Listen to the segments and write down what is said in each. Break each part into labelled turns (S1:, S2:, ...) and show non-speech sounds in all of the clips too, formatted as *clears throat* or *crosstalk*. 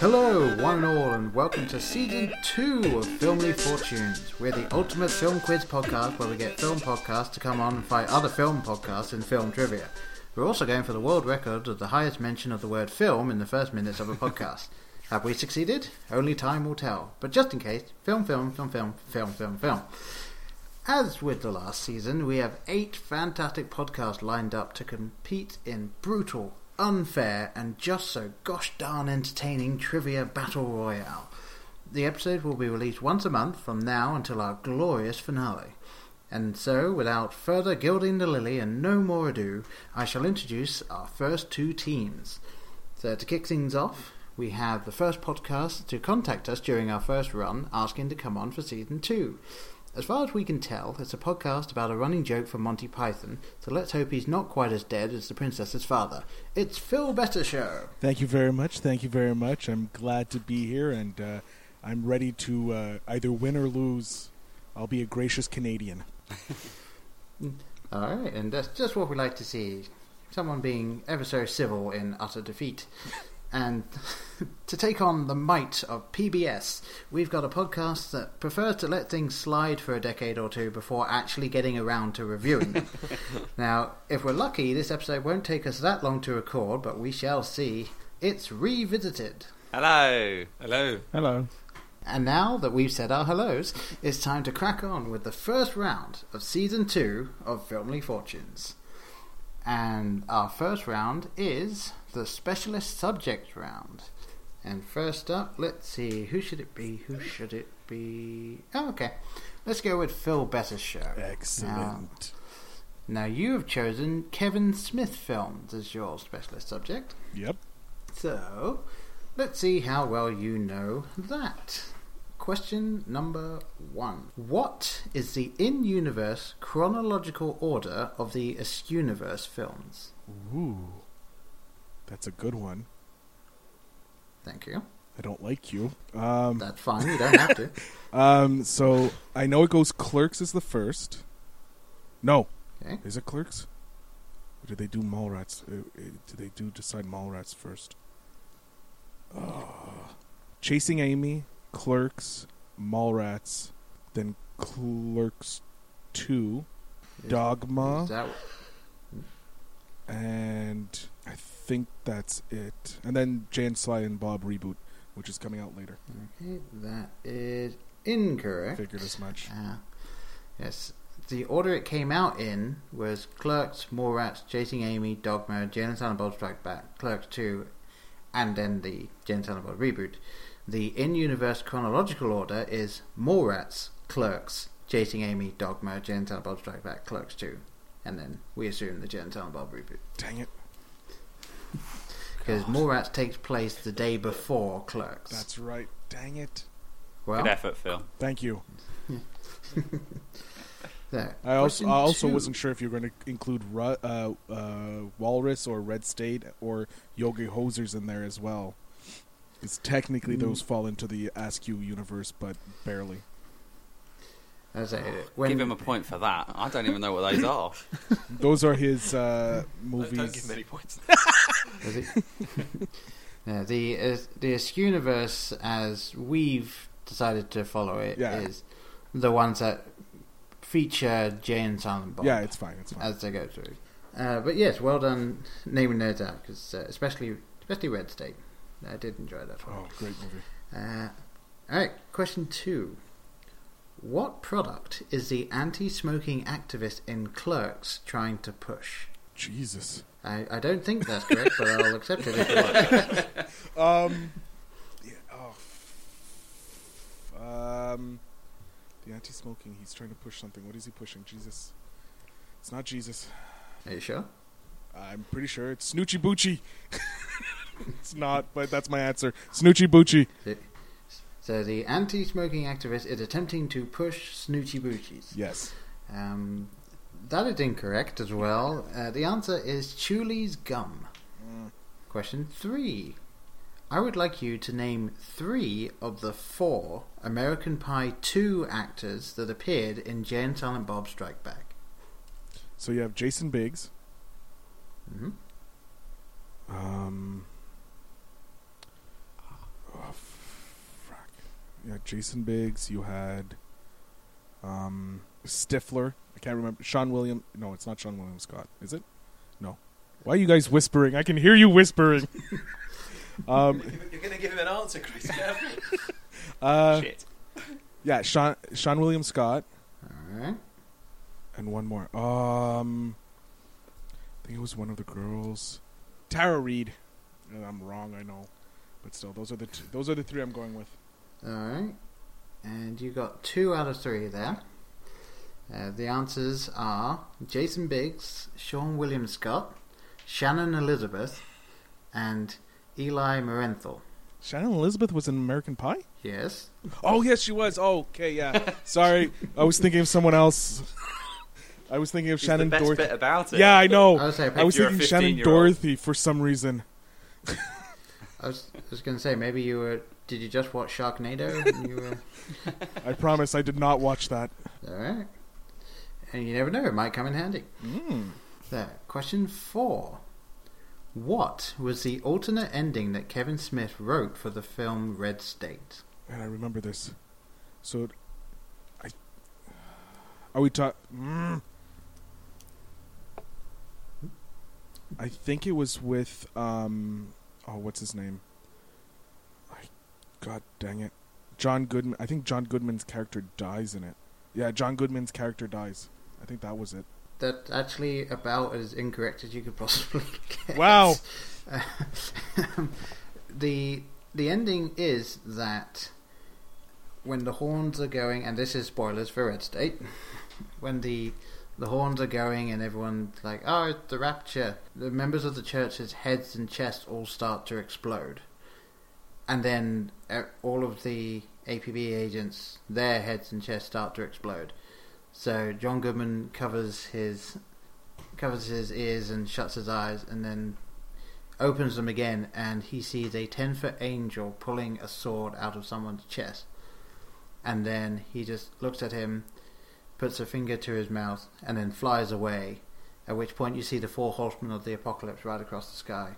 S1: Hello, one and all, and welcome to season two of Filmly Fortunes. We're the ultimate film quiz podcast where we get film podcasts to come on and fight other film podcasts in film trivia. We're also going for the world record of the highest mention of the word film in the first minutes of a podcast. Have we succeeded? Only time will tell. But just in case, film, film, film, film, film, film, film. As with the last season, we have eight fantastic podcasts lined up to compete in brutal, unfair, and just so gosh darn entertaining trivia battle royale. The episode will be released once a month from now until our glorious finale. And so, without further gilding the lily and no more ado, I shall introduce our first two teams. So, to kick things off, we have the first podcast to contact us during our first run asking to come on for season two. As far as we can tell, it's a podcast about a running joke from Monty Python, so let's hope he's not quite as dead as the princess's father. It's Phil Better Show!
S2: Thank you very much. Thank you very much. I'm glad to be here, and uh, I'm ready to uh, either win or lose. I'll be a gracious Canadian.
S1: Alright, and that's just what we like to see someone being ever so civil in utter defeat. And *laughs* to take on the might of PBS, we've got a podcast that prefers to let things slide for a decade or two before actually getting around to reviewing *laughs* them. now, if we're lucky, this episode won't take us that long to record, but we shall see. It's revisited.
S3: Hello.
S4: Hello.
S2: Hello.
S1: And now that we've said our hellos, it's time to crack on with the first round of season two of Filmly Fortunes. And our first round is the specialist subject round. And first up, let's see, who should it be? Who should it be? Oh, okay. Let's go with Phil Better's show.
S2: Excellent.
S1: Now, now you have chosen Kevin Smith films as your specialist subject.
S2: Yep.
S1: So, let's see how well you know that. Question number one. What is the in universe chronological order of the As Universe films?
S2: Ooh. That's a good one.
S1: Thank you.
S2: I don't like you. Um,
S1: That's fine, you don't
S2: *laughs*
S1: have to.
S2: um, so I know it goes Clerks is the first. No.
S1: Okay.
S2: Is it Clerks? Or did they do Mallrats? Uh, uh, did they do decide Mallrats first? Ah. Chasing Amy, Clerks, Mallrats, then Clerks 2,
S1: Is-
S2: Dogma.
S1: Is that-
S2: and I think that's it. And then Jan Sly and Bob reboot, which is coming out later.
S1: okay, that is incorrect.
S2: Figured as much.
S1: Ah, yes. The order it came out in was Clerks, Mallrats, Chasing Amy, Dogma, Jane and Silent Bob Strike Back, Clerks 2, and then the Jane and Silent Bob reboot. The in-universe chronological order is Mallrats, Clerks, Chasing Amy, Dogma, Jane and Silent Bob Strike Back, Clerks 2, and then we assume the Jane and Silent Bob reboot.
S2: Dang it,
S1: Because Mallrats takes place the day before Clerks.
S2: that's right. Dang it.
S1: well,
S3: Good effort, Phil.
S2: Thank you.
S1: there.
S2: I also
S1: Question
S2: I also
S1: two.
S2: wasn't sure if you were going to include Ru- uh, uh, Walrus or Red State or Yogi Hosers in there as well. Because
S1: Hmm.
S2: technically those fall into the Askew universe, but barely.
S1: As I, when,
S3: Give him a point for that. I don't even know what those are.
S2: Those are his uh,
S4: *laughs* Don't, don't give
S2: movies.
S4: him any points.
S1: Is *laughs*
S2: *laughs*
S1: it? no, the uh, the Esk universe as we've decided to follow it is
S2: Yeah.
S1: the ones that feature Jay and Silent Bob
S2: Yeah, it's fine. It's fine.
S1: as they go through. Uh, but yes, well done naming those out because uh, especially especially Red State, I did enjoy that one.
S2: Oh, great movie.
S1: Uh, all right, question two. What product is the anti-smoking activist in Clerks trying to push?
S2: Jesus.
S1: I, I don't think that's correct, but I'll accept it. If you want.
S2: Um. Yeah, oh. f- Um. The anti-smoking. He's trying to push something. What is he pushing? Jesus. It's not Jesus.
S1: Are you sure?
S2: I'm pretty sure it's Snoochie Boochie. *laughs* it's not, but that's my answer. Snoochie Boochie.
S1: So the anti-smoking activist is attempting to push snoochie boochies.
S2: Yes.
S1: Um, that is incorrect as well. Uh, the answer is Chuli's gum.
S2: Mm.
S1: Question three. I would like you to name three of the four American Pie 2 actors that appeared in Jay and Silent Bob Strike Back.
S2: So you have Jason Biggs.
S1: hmm
S2: Um. Oh, frack. Yeah, Jason Biggs. You had um, Stifler. I can't remember. Sean William. No, it's not Sean William Scott. Is it? No. Why are you guys whispering? I can hear you whispering. *laughs* um,
S4: You're going to give him an answer, Chris. careful.
S2: uh,
S3: Shit.
S2: yeah, Sean Sean William Scott
S1: Alright.
S2: and one more. Um, I think it was one of the girls. Tara Reid. And I'm wrong. I know, but still, those are the two, those are the three I'm going with.
S1: Alright. And you got two out of three there. Uh, the answers are Jason Biggs, Sean William Scott, Shannon Elizabeth, and Eli Marenthal.
S2: Shannon Elizabeth was in American Pie?
S1: Yes.
S2: Oh, yes, she was. Oh, okay, yeah. Sorry. I was thinking of someone else. I was thinking of
S3: He's
S2: Shannon
S3: the best
S2: Dorothy.
S3: bit about it.
S2: Yeah, I know.
S1: I
S2: Oh, I
S1: was, saying,
S2: was
S3: you're a
S2: thinking Shannon
S3: 15-year-old.
S2: Dorothy for some reason.
S1: I was, I was going to say, maybe you were. Did you just watch Sharknado? And you were. *laughs*
S2: I promise I did not watch that.
S1: Alright. And you never know, it might come in handy.
S2: Mm.
S1: There. Question four. What was the alternate ending that Kevin Smith wrote for the film Red State?
S2: Man, I remember this. So, I. Are we talking. Mm. I think it was with. um Oh, what's his name? I, God dang it. John Goodman. I think John Goodman's character dies in it. Yeah, John Goodman's character dies. I think that was it.
S1: That's actually about as incorrect as you could possibly *laughs* get.
S2: Wow.
S1: the the ending is that when the horns are going, and this is spoilers for Red State, *laughs* when the the horns are going and everyone's like, "Oh, it's the rapture!" The members of the church's heads and chests all start to explode, and then uh, all of the APB agents, their heads and chests start to explode. So John Goodman covers his covers his ears and shuts his eyes, and then opens them again, and he sees a ten foot angel pulling a sword out of someone's chest. And then he just looks at him, puts a finger to his mouth, and then flies away. At which point you see the four horsemen of the apocalypse right across the sky.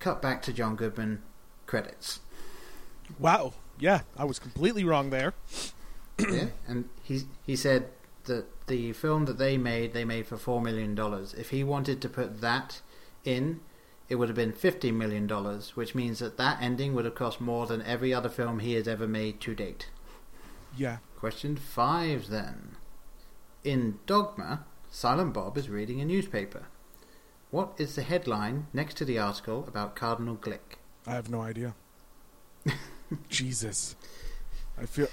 S1: Cut back to John Goodman. Credits.
S2: Wow. Yeah, I was completely wrong there.
S1: yeah, and he he said that the film that they made, they made for four million dollars. If he wanted to put that in, it would have been fifty million dollars, which means that that ending would have cost more than every other film he has ever made to date.
S2: Yeah.
S1: Question five, then. In Dogma, Silent Bob is reading a newspaper. What is the headline next to the article about Cardinal Glick?
S2: I have no idea. *laughs* Jesus. I feel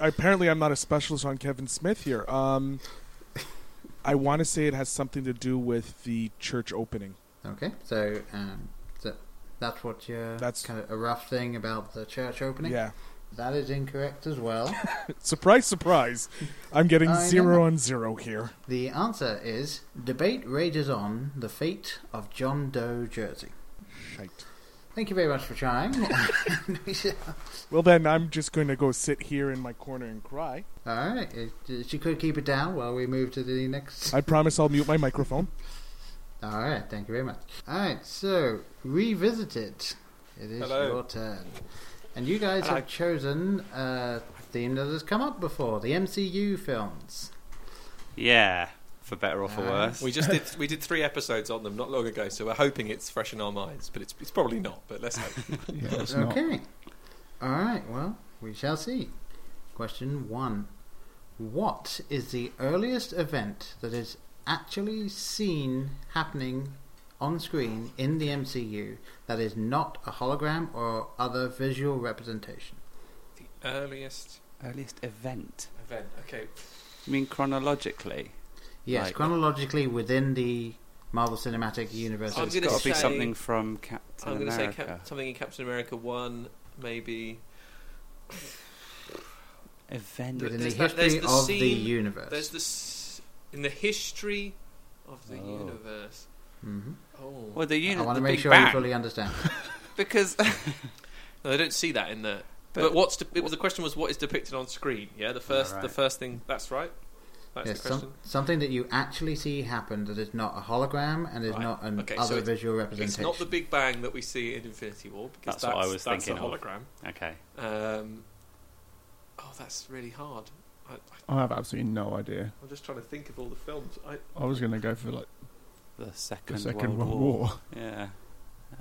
S2: apparently I'm not a specialist on Kevin Smith here. Um I want to say it has something to do with the church opening.
S1: Okay, so um, so that's what your
S2: That's-
S1: kind of a rough thing about the church opening.
S2: Yeah. *laughs*
S1: That is incorrect as well.
S2: Surprise surprise. I'm getting
S1: I
S2: zero
S1: know.
S2: on zero here.
S1: the answer is debate rages on the fate of John Doe jersey.
S2: Shite.
S1: Thank you very much for trying.
S2: Well then I'm just going to go sit here in my corner and cry.
S1: All right, if you could keep it down while we move to the next.
S2: I promise I'll mute my microphone.
S1: All right, thank you very much. All right, so revisited. It is
S4: Hello.
S1: your turn, and you guys
S3: Hello.
S1: have chosen a theme that has come up before: the MCU films.
S3: Yeah. For better or for
S1: Ah.
S3: worse.
S4: we just did we did three episodes on them not long ago, so we're hoping it's fresh in our minds, but it's, it's probably not. But let's hope.
S1: Okay. All right. Well, we shall see. Question one: What is the earliest event that is actually seen happening on screen in the MCU that is not a hologram or other visual representation?
S4: *laughs* The earliest
S3: Earliest event.
S4: event. Okay.
S3: You mean chronologically?
S1: Yes,
S3: Like-
S1: chronologically within the Marvel Cinematic Universe.
S4: I'm
S3: it's
S4: gonna
S3: got to be
S4: say-
S3: something from Captain
S4: I'm going to say
S3: America.
S4: Cap- something in Captain America 1, maybe.
S3: event.
S1: within the
S4: There's that-
S1: history
S4: there's the
S1: of the
S4: scene-
S1: universe.
S4: There's this. In the history of the
S3: Oh.
S4: universe.
S1: Mhm.
S4: Oh.
S3: Well, the
S1: I
S3: unit.
S1: want
S3: the
S1: to make
S3: Big
S1: sure
S3: Bang,
S1: you fully understand.
S3: because
S4: No, they don't see that in the. But, what's de- it was the question was what is depicted on screen? Yeah, the first the
S3: right.
S4: first thing. That's right. That's
S1: yes,
S4: the question.
S1: some, something that you actually see happen that is not a hologram and is
S4: Right.
S1: not an
S4: Okay, so
S1: other
S4: it's-
S1: visual
S4: It's
S1: representation.
S4: not the Big Bang that we see in Infinity War because that's,
S3: That's what I was
S4: that's
S3: thinking
S4: a
S3: of.
S4: hologram.
S3: okay,
S4: Um, oh, that's really hard. I, I,
S5: I have absolutely no idea.
S4: I'm just trying to think of all the films. I,
S5: I was going to go for like
S3: the
S5: the
S3: second,
S5: Second
S3: World,
S5: World
S3: War.
S5: War.
S3: Yeah.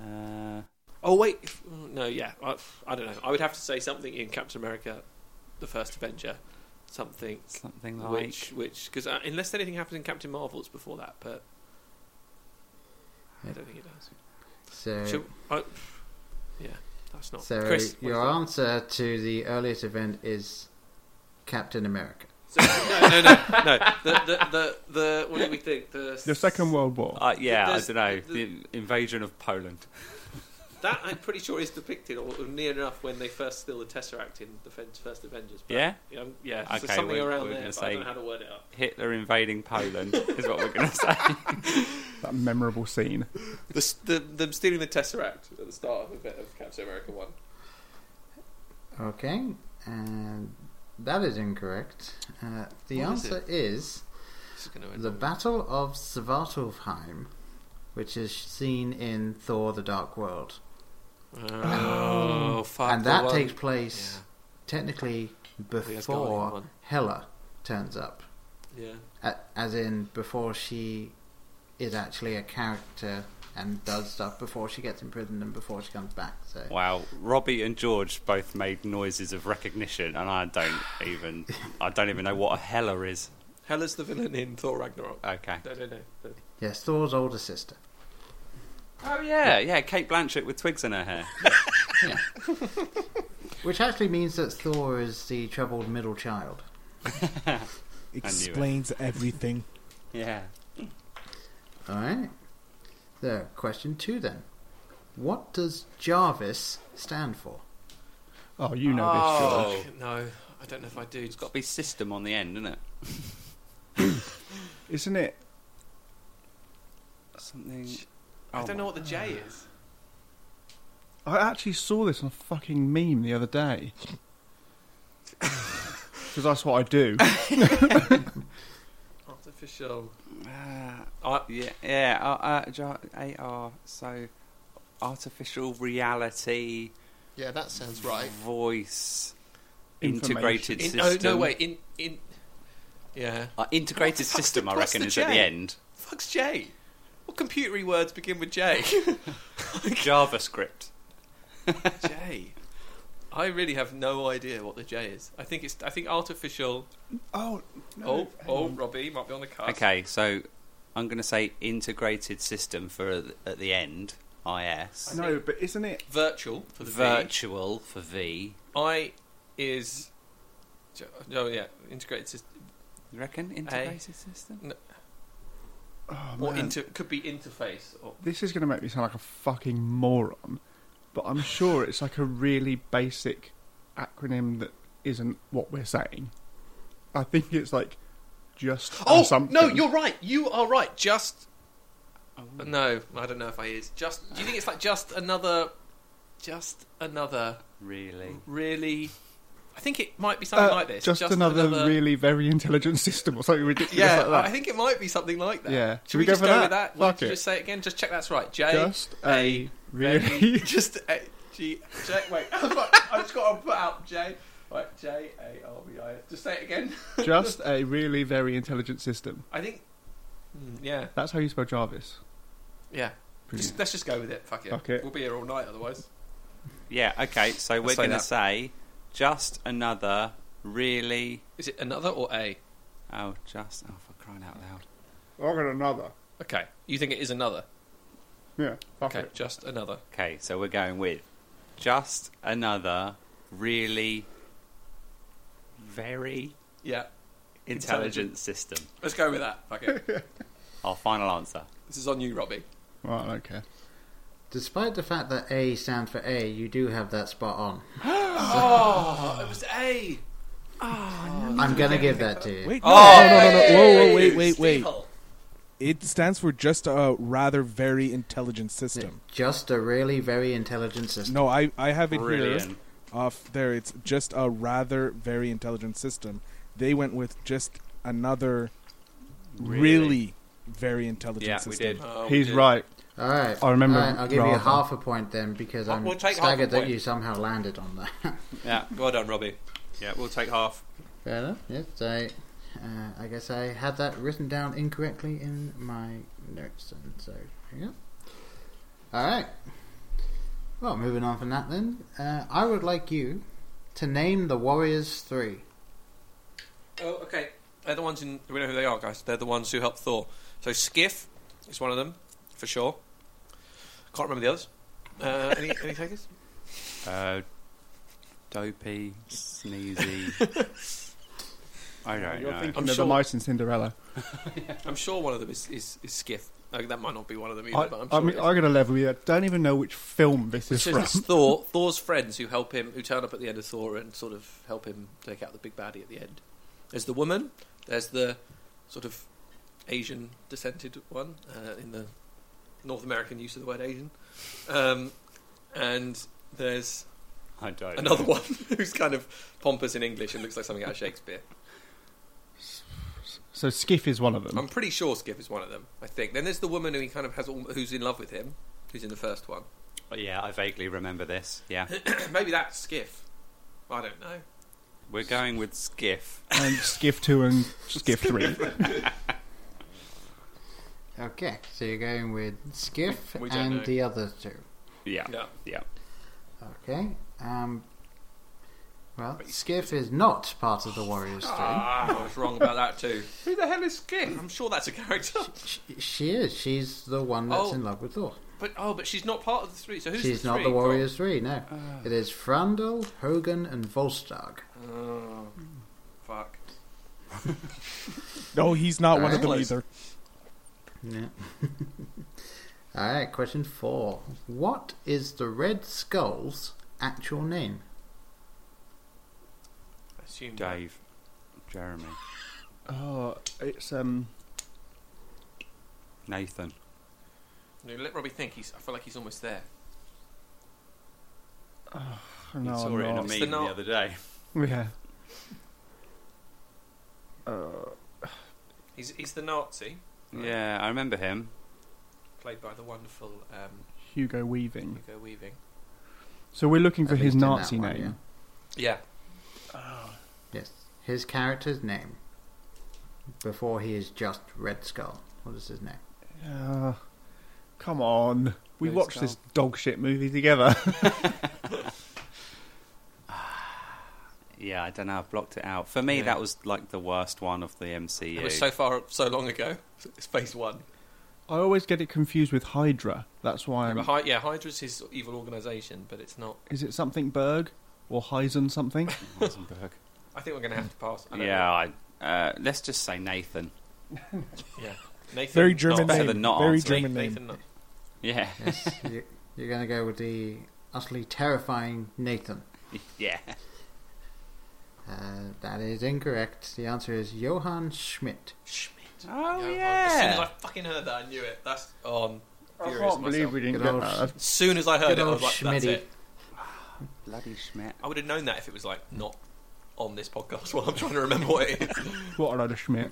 S3: Uh,
S4: oh wait, if- no, yeah, I, I don't know. I would have to say something in Captain America, the First Avenger, something
S3: something like
S4: which which because uh, unless anything happens in Captain Marvel, it's before that. But I don't think it does.
S1: So,
S4: Should, I, yeah, that's not.
S1: Uh, so
S4: Chris, what
S1: your
S4: do you
S1: answer to the earliest event is Captain America.
S4: think? So- no, no, no, no. The, the, the, the, what do we think? The,
S5: The Second World War.
S3: Uh, yeah,
S4: There's-
S3: I don't know.
S4: the-
S3: The, invasion of Poland.
S4: That I'm pretty sure is depicted or or near enough when they first steal the Tesseract in the Fen- first Avengers. But,
S3: Yeah?
S4: um, yeah. so
S3: Okay,
S4: something
S3: we're-
S4: around
S3: we're
S4: there.
S3: gonna
S4: But I
S3: say-
S4: don't know how to word it out.
S3: Hitler invading Poland *laughs* is what we're going to say.
S5: That memorable scene.
S4: The, s- the them stealing the Tesseract at the start of, a bit of Captain America one.
S1: Okay, and that is incorrect. Uh, the
S4: What is
S1: answer is,
S4: This is going to
S1: the Battle of Svartalfheim, which is seen in Thor: The Dark World,
S4: Oh, fuck!
S1: and
S4: the
S1: that
S4: one-
S1: takes place technically
S4: that's the Guardian
S1: before
S4: one.
S1: Hela turns up.
S4: Yeah.
S1: A- as in before she is actually a character and does stuff before she gets imprisoned and before she comes back. So
S3: *laughs* Wow, Robbie and George both made noises of recognition, and I don't even, I don't even know what a heller is.
S4: Hell is the villain in Thor Ragnarok.
S3: Okay.
S4: No, no, no. The-
S1: yes, Thor's older sister.
S3: Oh yeah, yeah, Kate Blanchett with twigs in her hair.
S1: Yeah. Which actually means that Thor is the troubled middle child.
S2: Explains everything.
S3: Yeah.
S1: All right. So question two then. What does Jarvis stand for?
S5: Oh, you know this, George.
S4: oh, no, I don't know if I do.
S3: It's got to be system on the end, isn't it?
S5: Isn't it?
S3: Something.
S4: I don't
S3: Oh
S4: know what the J is.
S5: I actually saw this on a fucking meme the other *laughs* day. Because that's what I do.
S4: Artificial.
S3: my-
S4: I,
S3: Uh, yeah, yeah. Uh, uh, jar- AR. So, artificial reality
S6: Yeah, that sounds right.
S3: voice
S5: Information.
S3: integrated
S4: in,
S3: system.
S4: oh no, wait. In in. Yeah.
S3: Uh, integrated
S4: What's the-
S3: system, I
S4: what's
S3: reckon,
S4: the
S3: is at the
S4: J?
S3: end.
S4: Fuck's J. What computery words begin with *laughs* J? *laughs*
S3: JavaScript.
S4: J. I really have no idea what the J is. I think it's. I think artificial.
S5: Oh,
S4: oh, oh, Robbie might be on the card.
S3: Okay, so I'm going to say integrated system for at the end, IS.
S5: no, but isn't it?
S4: Virtual for the V.
S3: Virtual for V.
S4: I is. J- Oh yeah, integrated system.
S3: You reckon integrated system?
S5: Oh,
S4: or
S5: man.
S4: inter could be interface. Or,
S5: this is going to make me sound like a fucking moron, but I'm sure it's like a really basic acronym that isn't what we're saying. I think it's like just
S4: oh
S5: something.
S4: no, you're right. You are right. Just. No, I don't know if I is just. Do you think it's like just another, just another
S3: Really?
S4: really? I think it might be
S5: Uh,
S4: something like this.
S5: Just, another, really very intelligent system or something ridiculous
S4: Yeah,
S5: like that.
S4: I think it might be something like that.
S5: Yeah.
S4: Should,
S5: Should
S4: we,
S5: we go
S4: just
S5: for
S4: go
S5: that?
S4: with that? Why
S5: Fuck
S4: don't you
S5: it.
S4: just say it again? Just check that's right. J.
S5: just a *laughs*
S4: very-
S5: really.
S4: just A. G. J. Wait. *laughs* I've just got to put out J. Right. J. A. R. B. I. Just say it again.
S5: Just a really very intelligent system.
S4: *laughs* I think. Hmm, Yeah.
S5: That's how you spell Jarvis.
S4: Yeah. Just, let's just go with it. Fuck it.
S5: Fuck it.
S4: We'll be here all night otherwise.
S3: Yeah, okay, so we're
S4: Let's say
S3: going to
S4: that.
S3: say just another really.
S4: Is it another or A?
S3: Oh, just. Oh, for crying out loud.
S5: I got another.
S4: Okay. You think it is another?
S5: Yeah. Fuck
S4: Okay.
S5: it.
S4: Just another.
S3: Okay, so we're going with just another really very
S4: Yeah.
S3: intelligent system.
S4: Let's go with that. Fuck
S5: *laughs*
S4: it.
S3: Our final answer.
S4: this is on you, Robbie.
S5: Right. I don't care.
S1: Despite the fact that A stands for A, you do have that spot on.
S4: Oh, it was A.
S1: I'm gonna give that to you.
S2: Wait, no,
S4: Oh,
S2: no, no, no, no. Whoa, whoa, wait, wait, wait.
S4: Steve-hole.
S2: It stands for just a rather very intelligent system.
S1: Just a really very intelligent system.
S2: No, I, I have it here.
S3: Brilliant.
S2: Off there, it's just a rather very intelligent system. They went with just another really, very intelligent
S3: Yeah, we
S2: system.
S3: did.
S4: Oh, we
S5: He's
S4: did.
S5: right.
S1: All right.
S5: I remember
S1: All right, I'll give you
S5: rather.
S1: half a point then because
S3: Well,
S1: I'm
S3: we'll take half a
S1: staggered that
S3: point.
S1: you somehow landed on that. *laughs*
S3: Yeah,
S4: Well done, Robbie.
S3: yeah, we'll take half.
S1: Fair enough. Yes, I, uh, I guess I had that written down incorrectly in my notes, and so yeah. All right. Well, moving on from that then, uh, I would like you to name the Warriors three.
S4: Oh, okay. They're the ones in. We know who they are, guys. They're the ones who helped Thor. So Skiff is one of them, for sure. Can't remember the others. Uh, any, any *laughs* takers?
S3: Uh, dopey, sneezy.
S4: *laughs*
S3: I don't
S5: You're
S3: know.
S5: thinking
S4: I'm
S5: of
S4: sure-
S5: the mice in Cinderella.
S4: I'm sure one of them is, is, is Skiff. Like, that might not be one of them either,
S5: I,
S4: but I'm sure.
S5: I mean,
S4: it is.
S5: I got a level with you. I don't even know which film this is
S4: So
S5: from.
S4: it's *laughs* Thor, Thor's friends who help him, who turn up at the end of Thor and sort of help him take out the big baddie at the end. There's the woman. There's the sort of Asian descended one uh, in the North American use of the word Asian, um, and there's
S3: I don't.
S4: another *laughs*
S3: know.
S4: one who's kind of pompous in English and looks like something out of Shakespeare.
S5: So Skiff is one of
S2: Um,
S5: them.
S4: I'm pretty sure Skip is one of them. I think. Then there's the woman who he kind of has, all, who's in love with him, who's in the first one. *clears throat*
S3: But yeah, I vaguely remember this. Yeah,
S4: Maybe that's Skiff. I don't know.
S3: we're going with skiff.
S5: and Skiff two and Skiff three.
S1: Okay, so you're going with Skiff
S4: *laughs* We don't
S1: and
S4: know.
S1: the other two.
S3: Yeah,
S4: Yeah.
S3: yeah.
S1: Okay. Um. Well,
S4: But you-
S1: Skiff is not part of the Warriors three.
S4: Ah, I was wrong about that too. Who the hell is Skip? I'm sure that's a character.
S1: She, she is. She's the one that's
S4: Oh.
S1: in love with Thor.
S4: But oh, but she's not part of the three. So who's
S1: She's
S4: the
S1: not
S4: three? Ah.
S1: the Warriors three. No, it is Frandl, Hogan, and Volstagg.
S4: Oh, fuck.
S2: No, he's not one of
S1: Alright.
S2: them either.
S1: Yeah. *laughs* All right, question four. What is the Red Skull's actual name?
S4: I assume
S3: Dave, Jeremy,
S5: oh, it's um.
S3: Nathan.
S4: No, let Robbie think. He's. I feel like he's almost there.
S5: No,
S3: I saw
S5: I'm
S3: it in a
S5: not.
S4: It's the
S3: meme the,
S4: not-
S3: other day.
S5: Yeah. Uh,
S4: He's he's the Nazi Right.
S3: Yeah, I remember him.
S4: played by the wonderful um,
S5: Hugo Weaving.
S4: Hugo Weaving.
S5: So we're looking for
S1: At
S5: his
S1: least in that
S5: Nazi
S1: one,
S5: name.
S4: Yeah.
S1: yeah. Yes, his character's name. Before he is just Red Skull. What is his name?
S5: Uh, come on. We
S3: Red
S5: watched
S3: Skull.
S5: this dog shit movie together. *laughs*
S3: Yeah, I don't know. I've blocked it out. For me,
S4: Yeah.
S3: that was like the worst one of the MCU.
S4: It
S3: *laughs*
S4: was so far so long ago. *laughs* It's phase one.
S5: I always get it confused with Hydra. That's why
S1: Um,
S5: I'm.
S4: But Hy- yeah, Hydra's his evil organisation, but it's not.
S5: Is it something Berg or Heisen something?
S3: Heisenberg.
S4: I think we're going to have to pass. *laughs* I don't
S3: yeah, I, uh, let's just say Nathan.
S4: know. Yeah. Nathan.
S2: Very
S4: Nazi.
S2: German
S3: better
S2: name.
S3: than not
S2: very
S3: answering.
S2: German name.
S4: Nathan. Nazi.
S3: Yeah, *laughs*
S5: *laughs*
S1: Yes, you, you're going to go with the utterly terrifying Nathan.
S3: yeah.
S1: Uh, that is incorrect. The answer is Johann Schmidt.
S4: Schmidt.
S3: Oh
S4: As soon as I
S3: yeah.
S4: fucking heard that, I knew it. That's on.
S5: I
S4: furious myself.
S5: can't believe we didn't
S1: Good
S5: get
S1: old
S5: that.
S4: As soon as I heard
S1: Good
S4: it, I
S1: old
S4: was like, "That's
S1: Schmitty.
S4: it."
S3: Bloody Schmidt.
S4: I would have known that if it was like not on this podcast *laughs* while I'm trying to remember what it is. *laughs*
S5: What a load of Schmidt.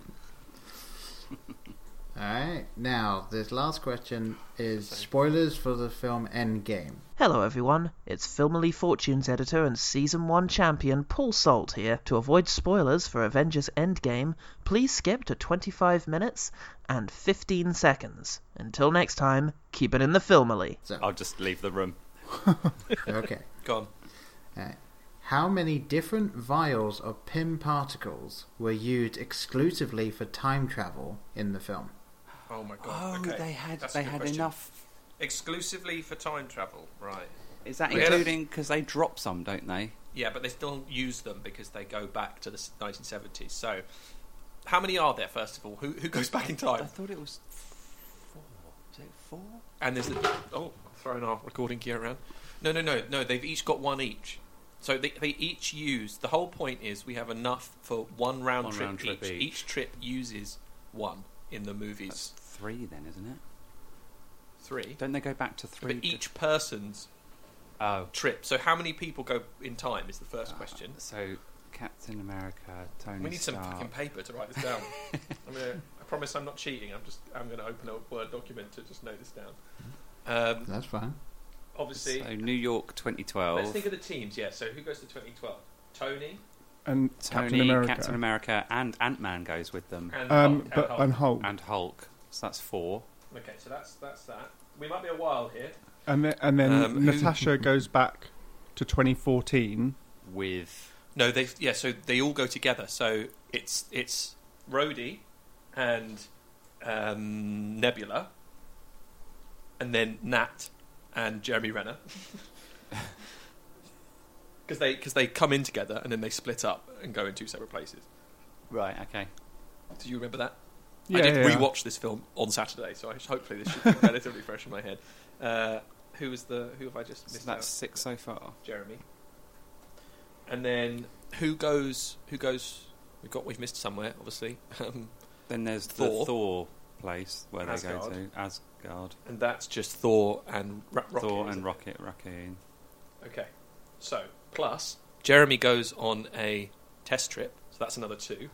S1: All right, now, this last question is spoilers for the film
S4: *laughs*
S1: Endgame.
S6: Hello everyone, it's Filmily Fortunes editor and season 1 champion Paul Salt here. To avoid spoilers for Avengers Endgame, please skip to 25 minutes and 15 seconds. Until next time, keep it in the Filmily.
S1: So,
S3: I'll just leave the room.
S1: okay.
S4: Go on.
S1: Right. How many different vials of PIM particles were used exclusively for time travel in the film?
S7: Oh my
S8: Oh,
S7: god. okay.
S8: they had
S7: That's a
S8: they
S7: good
S8: had
S7: question.
S8: enough.
S7: exclusively for time travel, right?
S8: Is that
S7: Yeah.
S8: including?
S3: Including because they drop some, don't they?
S4: Yeah, but they still use them because they go back to the s- 1970s. So, how many are there, first of all? Who, who goes back in
S8: I
S4: time?
S8: thought it was four. Is it four?
S4: And there's the. Oh, I'm throwing our recording gear around. No, no, no, no. They've each got one each. So they, they each use. The whole point is we have enough for one round
S3: One
S4: trip,
S3: round trip
S4: each.
S3: each.
S4: trip uses one in the movies.
S3: That's three, then, isn't it?
S4: Three.
S3: Don't they go back to three?
S4: But
S3: to-
S4: each person's
S3: Oh,
S4: trip. So how many people go in time is the first
S3: Ah,
S4: question.
S3: So Captain America, Tony.
S4: We need some
S3: Stark.
S4: fucking paper to write this
S3: *laughs*
S4: down. I'm gonna, I promise I'm not cheating. I'm just I'm going to open a Word document to just note this down.
S3: Mm-hmm.
S4: Um,
S1: That's fine.
S4: obviously,
S3: So New York, 2012.
S4: let's think of the teams. Yeah. So who goes to 2012? Tony
S5: and
S3: Tony,
S5: Captain America.
S3: Captain America, and Ant Man goes with them,
S4: and
S5: um,
S4: Hulk, and
S5: but
S4: Oh, Hulk.
S5: on hold.
S3: and Hulk. So that's four.
S4: Okay, so that's that's that. We might be a while here.
S5: And then, and then
S4: Um, who-
S5: Natasha goes back to 2014.
S3: With
S4: No, they yeah. So they all go together. So it's it's Rhodey and um, Nebula, and then Nat and Jeremy
S5: *laughs*
S4: Renner, because they because they come in together and then they split up and go in two separate places.
S3: right, okay.
S4: Do you remember that?
S5: Yeah,
S4: I did
S5: yeah, yeah.
S4: rewatch this film on Saturday, so I sh- hopefully this should
S5: *laughs*
S4: be relatively fresh in my head. Uh, who was the who have I just
S3: So
S4: missed?
S3: that's
S4: out?
S3: six so far.
S4: Jeremy. And then who goes? Who goes? We've got we've missed somewhere, obviously. Um,
S3: Then there's the
S4: Thor.
S3: Thor place where they go
S4: Asgard.
S3: to Asgard.
S4: and that's just Thor and Ra- Rocket.
S3: Thor
S4: is
S3: and
S4: it?
S3: Rocket Raccoon.
S4: Okay, so plus Jeremy goes on a test trip, so that's another two.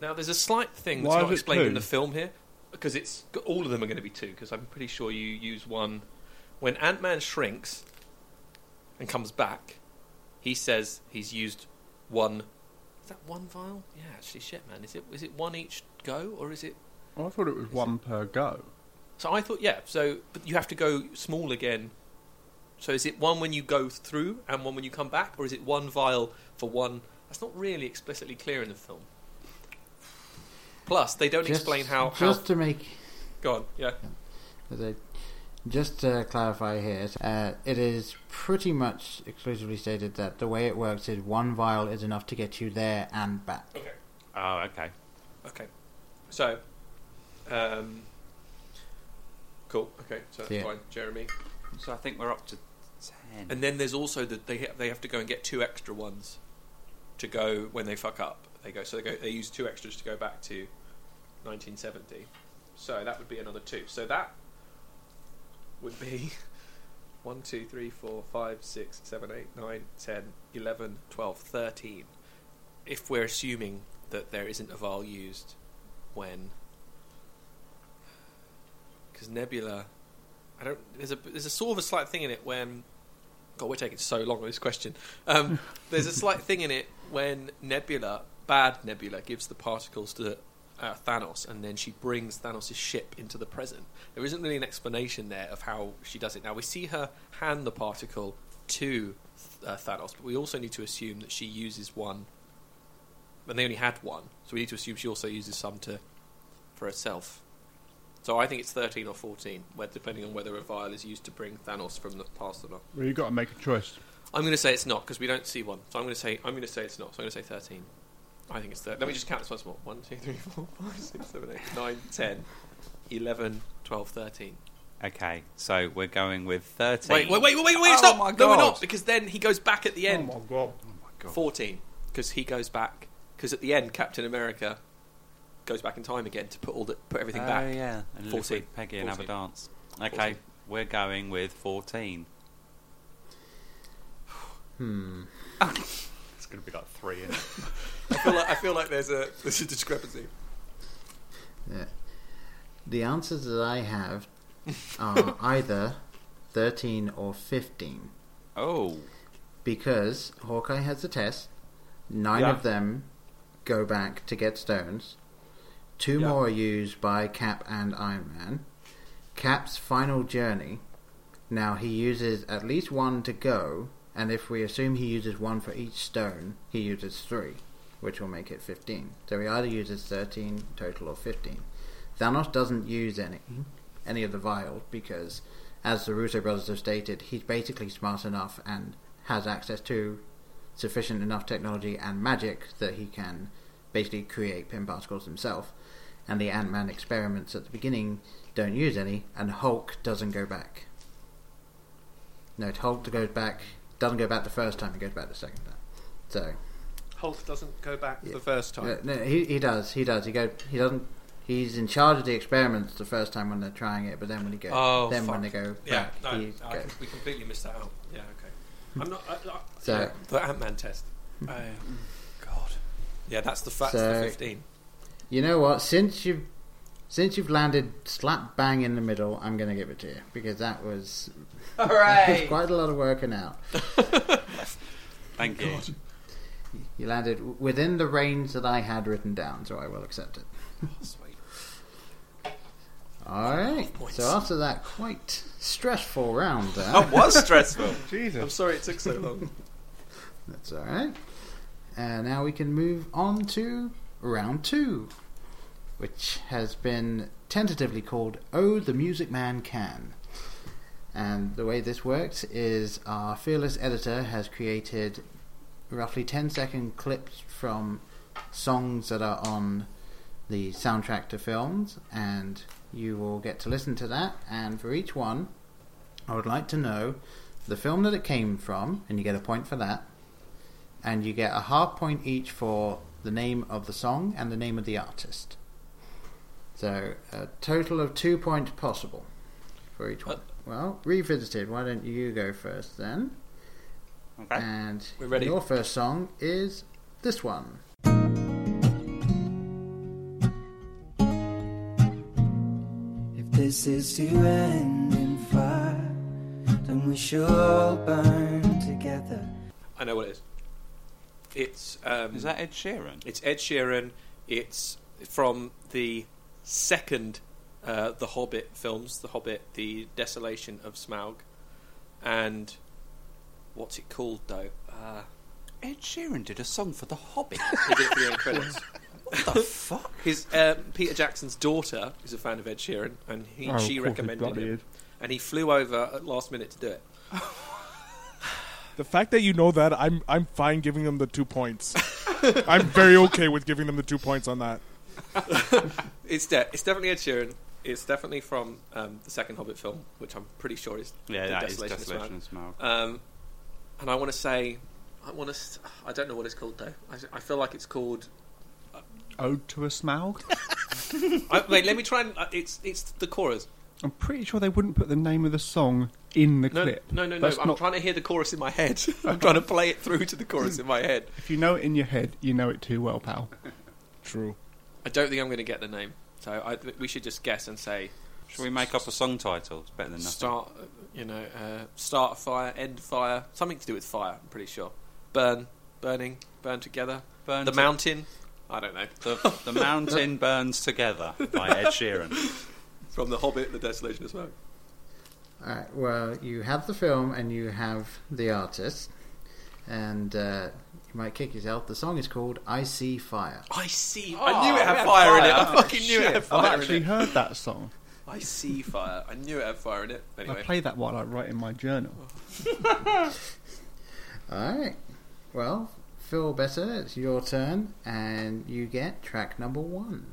S4: Now there's a slight thing that's
S5: Why
S4: not
S5: is it
S4: explained in
S5: two?
S4: the film here because it's all of them are going to be two because I'm pretty sure you use one when Ant Man shrinks and comes back. He says he's used one. Is that one vial? Yeah, actually, shit, man. Is it is it one each go or is it
S5: Oh, I thought it was one per go.
S4: so I thought, yeah. So, but you have to go small again. So is it one when you go through and one when you come back, or is it one vial for one? That's not really explicitly clear in the film. Plus, they don't
S1: Just-
S4: explain how. how
S1: Just to make
S4: go on, yeah.
S1: As I- Just to clarify here, uh, it is pretty much exclusively stated that the way it works is one vial is enough to get you there and back.
S4: Okay.
S3: Oh, okay.
S4: Okay. So, um, cool. Okay, so that's
S1: Yeah.
S4: fine, Jeremy.
S3: So I think we're up to ten.
S4: And then there's also that they ha- they have to go and get two extra ones to go when they fuck up. They go so they go they use two extras to go back to 1970. So that would be another two. So that would be *laughs* one, two, three, four, five, six, seven, eight, nine, 10, 11, 12, 13. If we're assuming that there isn't a vial used when because Nebula I don't. There's a there's a sort of a slight thing in it when. God, we're taking so long on this question. Um, there's a slight thing in it when Nebula, bad Nebula, gives the particles to uh, Thanos, and then she brings Thanos' ship into the present. There isn't really an explanation there of how she does it. Now we see her hand the particle to uh, Thanos, but we also need to assume that she uses one. And they only had one, so we need to assume she also uses some to for herself. So I think it's 13 or 14, where, depending on whether a vial is used to bring Thanos from the past or not.
S5: Well, you've got to make a choice.
S4: I'm going to say it's not because we don't see one. So I'm going to say I'm going to say it's not. So I'm going to say 13. I think it's 13. Let me just count this once more. 1, 2, 3, 4, 5, 6, 7, 8, 9, 10, 11, 12, 13.
S3: Okay, so we're going with thirteen.
S4: Wait, wait, wait, wait, wait, wait,
S3: Oh
S4: stop!
S3: my
S4: No, we're
S3: God.
S4: not, because then he goes back at the end.
S5: Oh my god.
S3: Oh my god.
S4: 14, because he goes back. Because at the end, Captain America goes back in time again to put all the, put everything
S3: oh,
S4: back.
S3: yeah. And live
S4: 14.
S3: with Peggy and have a
S4: 14.
S3: dance. Okay,
S4: 14.
S3: we're going with fourteen.
S1: Hmm.
S3: It's going to be like three. Isn't
S5: *laughs*
S3: it?
S4: I feel like I feel like there's a *laughs* there's a discrepancy.
S1: Yeah. The answers that I have are either 13 or 15
S3: oh,
S1: because Hawkeye has a test, nine
S5: Yeah.
S1: of them go back to get stones, two
S4: Yeah.
S1: more are used by Cap and Iron Man. Cap's final journey. Now he uses at least one to go, and if we assume he uses one for each stone, he uses three. which will make it 15. So he either uses 13 total or 15. Thanos doesn't use any any of the vials because, as the Russo brothers have stated, he's basically smart enough and has access to sufficient enough technology and magic that he can basically create pin particles himself. And the Ant Man experiments at the beginning don't use any, and Hulk doesn't go back. No, Hulk goes back, doesn't go back the first time, he goes back the second time. So.
S7: Hulk doesn't go back
S1: Yeah.
S7: the first time.
S1: No, no, he he does. He does. He go. He doesn't. He's in charge of the experiments the first time when they're trying it, but then when he goes,
S7: Oh,
S1: then
S7: fuck.
S1: when they go
S7: Yeah,
S1: back,
S7: no,
S1: he
S7: I,
S1: goes.
S7: we completely missed that out. Yeah, okay. I'm not. I, I,
S1: So-
S4: The Ant Man test. Um,
S7: I,
S4: God. Yeah, that's the fact.
S1: So-
S4: the 15.
S1: You know what? Since you've since you've landed slap bang in the middle, I'm going to give it to you because that was, that was
S8: Hooray!
S1: quite a lot of working out.
S4: Oh
S3: Thank you.
S1: You landed w- within the range that I had written down, so I will accept it.
S4: Sweet.
S1: All right.
S4: points.
S1: So after that quite stressful round, there,
S3: That was
S4: *laughs*
S3: stressful.
S4: I'm sorry it took so long.
S1: That's all right. And now we can move on to round two, which has been tentatively called "Oh, the Music Man Can." And the way this works is our fearless editor has created roughly 10 second clips from songs that are on the soundtrack to films, and you will get to listen to that. And for each one, I would like to know the film that it came from, and you get a point for that and you get a half point each for the name of the song and the name of the artist. So a total of two points possible for each one.
S4: Uh,
S1: well, revisited. Why don't you go first then?
S3: Okay.
S1: And
S4: We're ready.
S1: your first song is this one.
S9: If this is to end in fire, then we should all burn together.
S4: I know what it is. It's um,
S3: Is that Ed Sheeran?
S4: It's Ed Sheeran. It's from the second uh, The Hobbit films, The Hobbit, The Desolation of Smaug, and what's it called though? Uh,
S3: Ed Sheeran did a song for The Hobbit.
S4: he did it for the end credits.
S3: *laughs* What the fuck?
S4: His um, Peter Jackson's daughter is a fan of Ed Sheeran, and he,
S5: Oh, of course
S4: she
S5: it
S4: recommended
S5: bloody
S3: *laughs*
S4: him,
S5: is.
S4: and he flew over at last minute to do it.
S2: The fact that you know that, I'm I'm fine giving them the two points. I'm very okay with giving them the two points on that.
S4: It's de- it's definitely Ed Sheeran. It's definitely from um, the second Hobbit film, which I'm pretty sure is
S3: Yeah,
S4: The
S3: that is
S4: Desolation of
S3: Desolation of Smile.
S4: Um, and I want to say, I want to. I don't know what it's called though. I, I feel like it's called.
S5: Ode to a Smaug?
S4: I, wait, let me try and. Uh, it's it's the chorus.
S5: I'm pretty sure they wouldn't put the name of the song in the
S4: No,
S5: clip.
S4: no, no, no.
S5: That's
S4: I'm
S5: not-
S4: trying to hear the chorus in my head. *laughs* I'm trying to play it through to the chorus in my head.
S5: If you know it in your head, you know it too well, pal.
S2: True.
S4: I don't think I'm going to get the name, so I, we should just guess and say
S3: Should we make up a song title? It's better than nothing.
S4: start. uh, You know, uh, start a fire, end a fire, something to do with fire. I'm pretty sure. Burn, burning, burn together.
S3: Burn
S4: the
S3: to-
S4: mountain. I don't know.
S3: The, the Mountain
S4: *laughs*
S3: Burns Together by Ed Sheeran.
S4: From the Hobbit, the Desolation of Smoke.
S1: All right. Well, you have the film and you have the artist, and uh, you might kick yourself. The song is called "I See Fire."
S4: I see.
S8: Oh,
S4: I knew it had
S8: yeah,
S4: fire, in it.
S8: fire.
S4: Oh, I fucking knew it had
S5: I've
S4: fire in
S5: actually
S4: it.
S5: heard that song.
S4: I see fire. I knew it had fire in it.
S5: I
S4: Anyway,
S5: play that while I write in my journal.
S1: All right. Well, feel better. It's your turn, and you get track number one.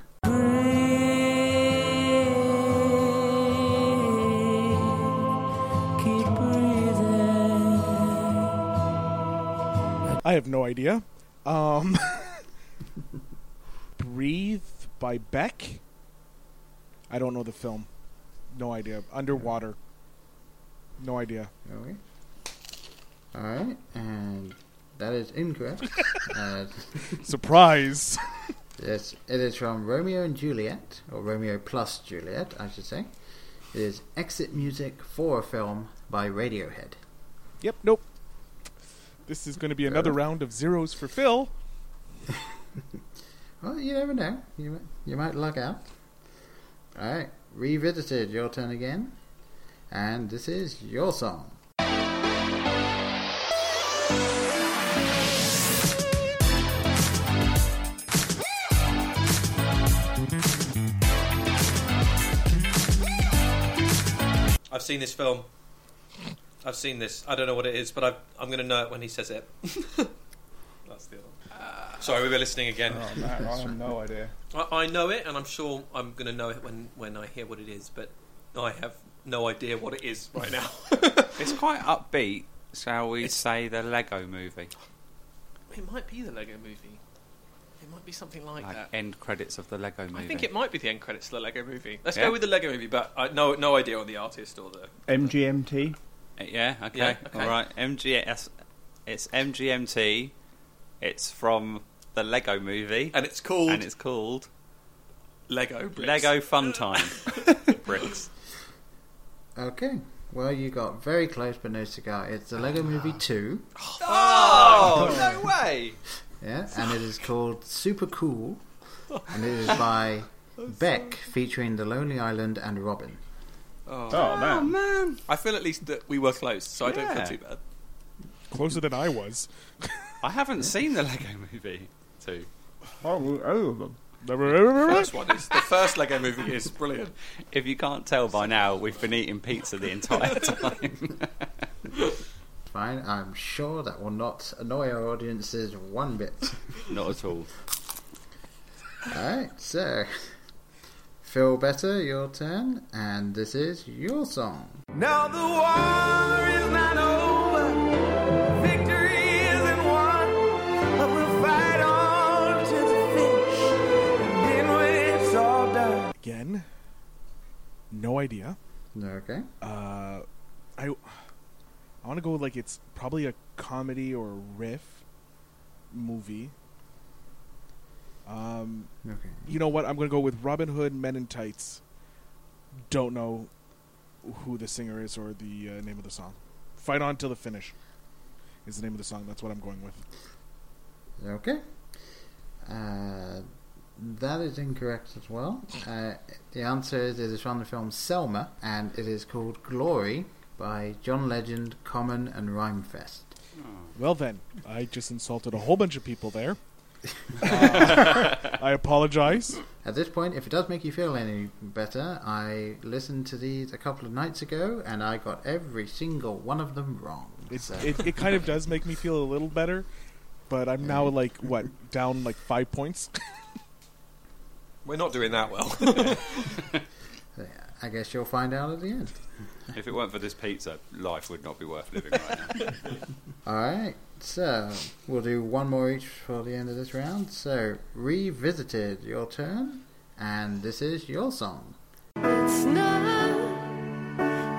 S9: Keep breathing.
S2: I have no idea. Um, *laughs* Breathe by Beck. I don't know the film. No idea. Underwater. No idea.
S1: Okay. All right, and that is incorrect. uh,
S2: Surprise.
S1: yes, it is from Romeo and Juliet, or Romeo plus Juliet, I should say. It is exit music for a film by Radiohead.
S2: *laughs* yep. Nope. This is going to be another round of zeros for Phil.
S1: Well, you never know. You mi- you might luck out. All right, revisited. Your turn again, and this is your song.
S7: I've seen this film. I've seen this. I don't know what it is, but I've, I'm going to know it when he says it. *laughs* That's the other. One.
S4: Uh,
S7: Sorry, we were listening again.
S2: Oh.
S5: Oh, man, I have no idea.
S7: I, I know it, and I'm sure I'm going to know it when, when I hear what it is, but I have no idea what it is right now. *laughs*
S3: It's quite upbeat, shall we say, the Lego movie.
S4: It might be the Lego movie. It might be something like,
S3: Like
S4: that.
S3: end credits of the Lego movie.
S4: I think it might be the end credits of the Lego movie. Let's
S3: Yeah.
S4: go with the Lego movie, but I, no, no idea on the artist or the.
S5: MGMT.
S3: Uh, Yeah. Okay.
S4: Yeah, okay.
S3: All right. MGS. It's MGMT. It's from the Lego Movie,
S4: And it's called
S3: and it's called
S4: Lego Bricks.
S3: Lego Fun
S4: *laughs*
S3: Time Bricks.
S1: Okay. Well, you got very close, but no cigar. It's the Lego Movie 2.
S3: Oh no way!
S1: Yeah, and it is called Super Cool, and it is by Beck, featuring The Lonely Island and Robin.
S5: Oh man.
S3: man.
S4: I feel at least that we were close, so I don't
S3: Yeah.
S4: feel too bad.
S2: Closer than I was.
S3: I haven't seen the Lego Movie too.
S5: Oh, oh, them.
S4: First one is the first Lego movie is brilliant.
S3: If you can't tell by now, we've been eating pizza the entire *laughs* time.
S1: Fine, I'm sure that will not annoy our audiences one bit.
S3: Not at all.
S1: Alright, so. Feel better, your turn, and this is your song.
S9: Now the war is not over. Victory isn't won. But we'll fight on to the finish. And then when it's all done.
S2: Again, no idea.
S1: Okay.
S2: Uh, I I want to go with, like it's probably a comedy or a riff movie. Um,
S1: Okay.
S2: you know what? I'm gonna go with Robin Hood Men in Tights. Don't know who the singer is or the uh, name of the song. Fight on till the finish is the name of the song. That's what I'm going with.
S1: Okay. Uh, that is incorrect as well. Uh, the answer is it is from the film Selma, and it is called Glory by John Legend, Common, and Rhymefest.
S2: Well then, I just insulted a whole bunch of people there. Uh, I apologize.
S1: At this point, if it does make you feel any better, I listened to these a couple of nights ago, and I got every single one of them wrong.
S2: It,
S1: so,
S2: it, it kind of does make me feel a little better, but I'm now like what down like five points. *laughs*
S4: We're not doing that well. *laughs*
S1: yeah, I guess you'll find out at the end.
S3: If it weren't for this pizza, life would not be worth living right now.
S1: All right, so we'll do one more each for the end of this round. So, revisited your turn, and this is your song.
S10: It's not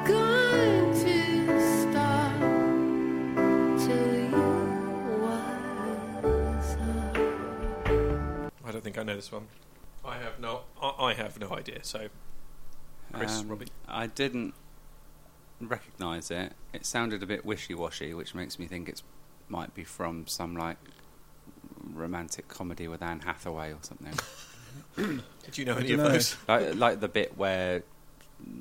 S10: going to stop till you wise up.
S4: I don't think I know this one. I have no. I, I have no idea. So, Chris,
S3: Um,
S4: Robbie.
S3: I didn't recognise it. It sounded a bit wishy-washy, which makes me think it might be from some like romantic comedy with Anne Hathaway or
S4: *laughs*
S3: something.
S4: do you know
S5: I
S4: any of
S5: dunno.
S4: those?
S3: like, like the bit where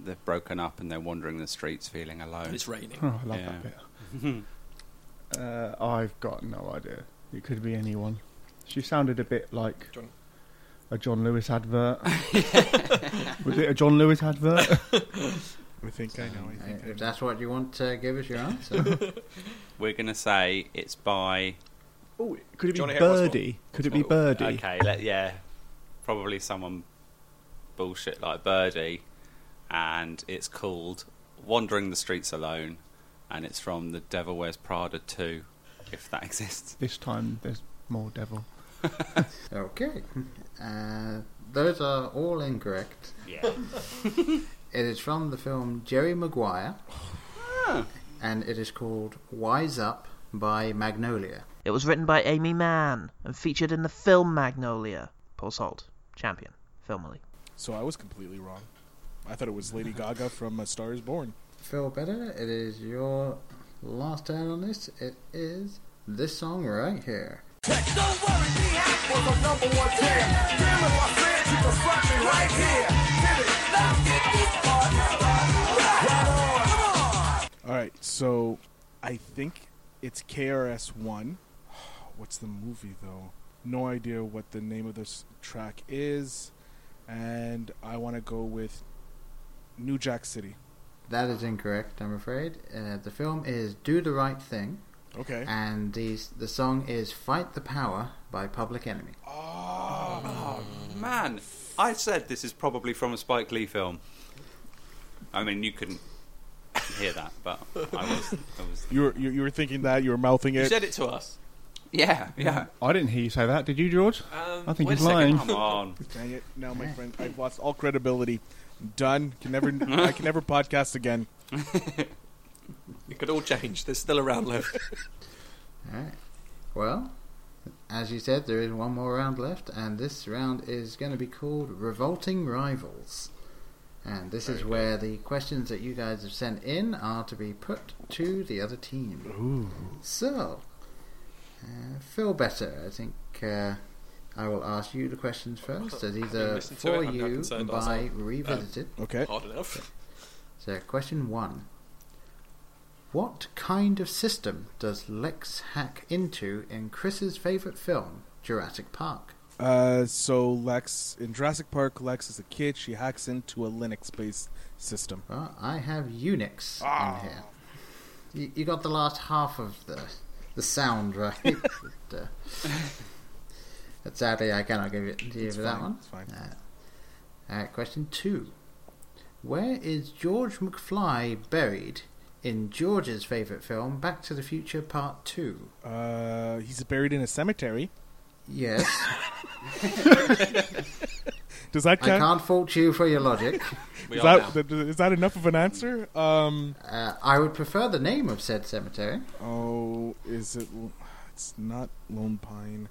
S3: they've broken up and they're wandering the streets feeling alone.
S4: It's raining.
S5: *laughs* Oh, I love
S3: Yeah.
S5: that bit. *laughs* uh, I've got no idea. It could be anyone. She sounded a bit like
S4: John-
S5: a John Lewis *laughs* advert. Was it a John Lewis
S2: *laughs*
S5: advert?
S2: I think I know. I
S1: Uh,
S2: think I
S1: If
S2: know.
S1: that's what you want, uh, give us your answer.
S3: We're gonna say it's by.
S5: oh, could it
S4: Do you wanna
S5: be
S4: hear what's what-
S5: Birdie? Could it be
S2: Oh,
S4: what's what-
S5: Birdie?
S3: Okay, let, yeah, probably someone bullshit like Birdie, and it's called "Wandering the Streets Alone," and it's from The Devil Wears Prada 2, if that *laughs* exists.
S5: This time there's more devil.
S1: okay, uh, those are all incorrect.
S3: Yeah.
S1: *laughs* It is from the film Jerry Maguire, and it is called Wise Up by Magnolia.
S6: It was written by Amy Mann and featured in the film Magnolia. Paul Salt, champion, filmily.
S2: So I was completely wrong. I thought it was Lady Gaga from A Star Is Born.
S1: Feel better? It is your last turn on this. It is this song right here.
S9: Don't worry, be happy. Was a number one jam. Damn if I said you could slap me right here. Hit it. Let's get this party started. Right on. Come on.
S2: All right, so I think it's KRS One. *sighs* What's the movie though? No idea what the name of this track is, and I want to go with New Jack City.
S1: That is incorrect, I'm afraid. Uh, the film is Do the Right Thing,
S2: Okay.
S1: and the, the song is Fight the Power by Public Enemy.
S3: Oh, man, I said this is probably from a Spike Lee film. I mean, you couldn't hear that, but I was. I
S5: *laughs*
S3: was
S2: You were you, you were thinking that you were mouthing
S4: You
S2: it.
S4: said it to us.
S3: yeah, yeah.
S5: I didn't hear you say that, did you, George?
S4: Um,
S5: I think
S3: Wait a
S5: he's
S3: second,
S5: lying.
S3: come on.
S2: Dang it! Now my friend, I've lost all credibility. Done. Can never. I can never podcast again.
S4: It could all change. There's still a round left.
S1: Alright. Well, as you said, there is one more round left, and this round is going to be called Revolting Rivals. And this is where the questions that you guys have sent in are to be put to the other team. So, uh, Phil Better, I think uh, I will ask you the questions first. So these
S4: haven't
S1: are
S4: listened to
S1: for
S4: it, I'm not
S1: you
S4: concerned
S1: by
S4: myself.
S1: Revisited.
S2: Okay.
S4: Hard enough.
S1: So, question one What kind of system does Lex hack into in Chris's favourite film, Jurassic Park?
S2: Uh, so Lex in Jurassic Park, Lex is a kid. She hacks into a Linux-based system.
S1: Well, I have Unix
S2: Ah.
S1: on here. You, you got the last half of the the sound
S2: *laughs*
S1: right. but, uh, but sadly, I cannot give it to you
S2: It's
S1: for that
S2: fine,
S1: one.
S2: it's fine.
S1: Uh, uh, question two: Where is George McFly buried in George's favourite film, Back to the Future Part Two?
S2: Uh, he's buried in a cemetery.
S1: Yes,
S2: Does that
S1: I
S2: count?
S1: can't fault you for your logic. *laughs*
S4: We
S2: Is
S4: are now.
S2: that, th- th- is that enough of an answer? Um,
S1: Uh, I would prefer the name of said cemetery.
S2: oh, is it? L- It's not Lone Pine.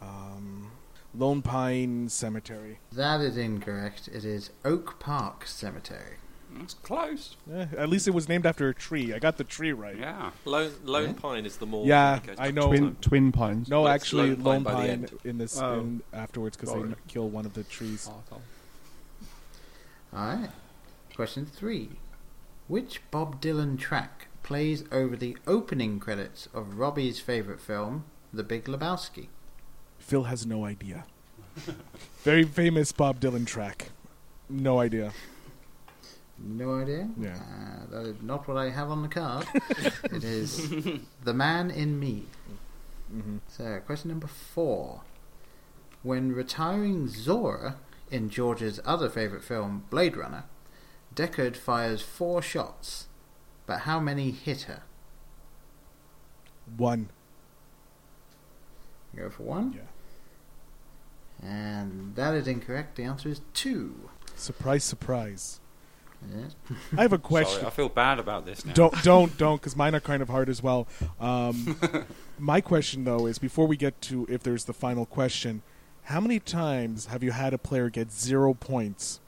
S2: Um, Lone Pine Cemetery.
S1: That is incorrect. It is Oak Park Cemetery.
S3: That's close.
S2: Eh, at least it was named after a tree. I got the tree right.
S3: Yeah.
S7: Lone, Lone Pine is the more.
S2: Yeah,
S7: that goes
S2: I
S7: back
S2: know.
S7: to
S2: Twin-
S7: time.
S5: Twin, twin Pines.
S2: No,
S4: But it's
S2: actually, Lone
S4: Lone Pine by the
S2: Pine
S4: end.
S2: in this
S5: Oh.
S2: in afterwards because they
S5: Sorry.
S2: kill one of the trees.
S1: Alright. Question three. Which Bob Dylan track plays over the opening credits of Robbie's favourite film, The Big Lebowski?
S2: Phil has no idea. Very famous Bob Dylan track. No idea.
S1: No idea?
S2: Yeah.
S1: Uh, that is not what I have on the
S5: *laughs*
S1: card. it is The Man in Me.
S5: Mm-hmm.
S2: Mhm.
S1: So, question number four. When retiring Zora in George's other favourite film, Blade Runner, Deckard fires four shots, but how many hit her?
S2: One.
S1: Go for one.
S2: Yeah.
S1: And that is incorrect. The answer is two.
S2: Surprise, surprise.
S1: Yes.
S2: I have a
S3: Sorry,
S2: question.
S3: I feel bad about this now.
S2: Don't, don't, don't, because mine are kind of hard as well. Um, my question though is, before we get to if there's the final question, how many times have you had a player get zero points?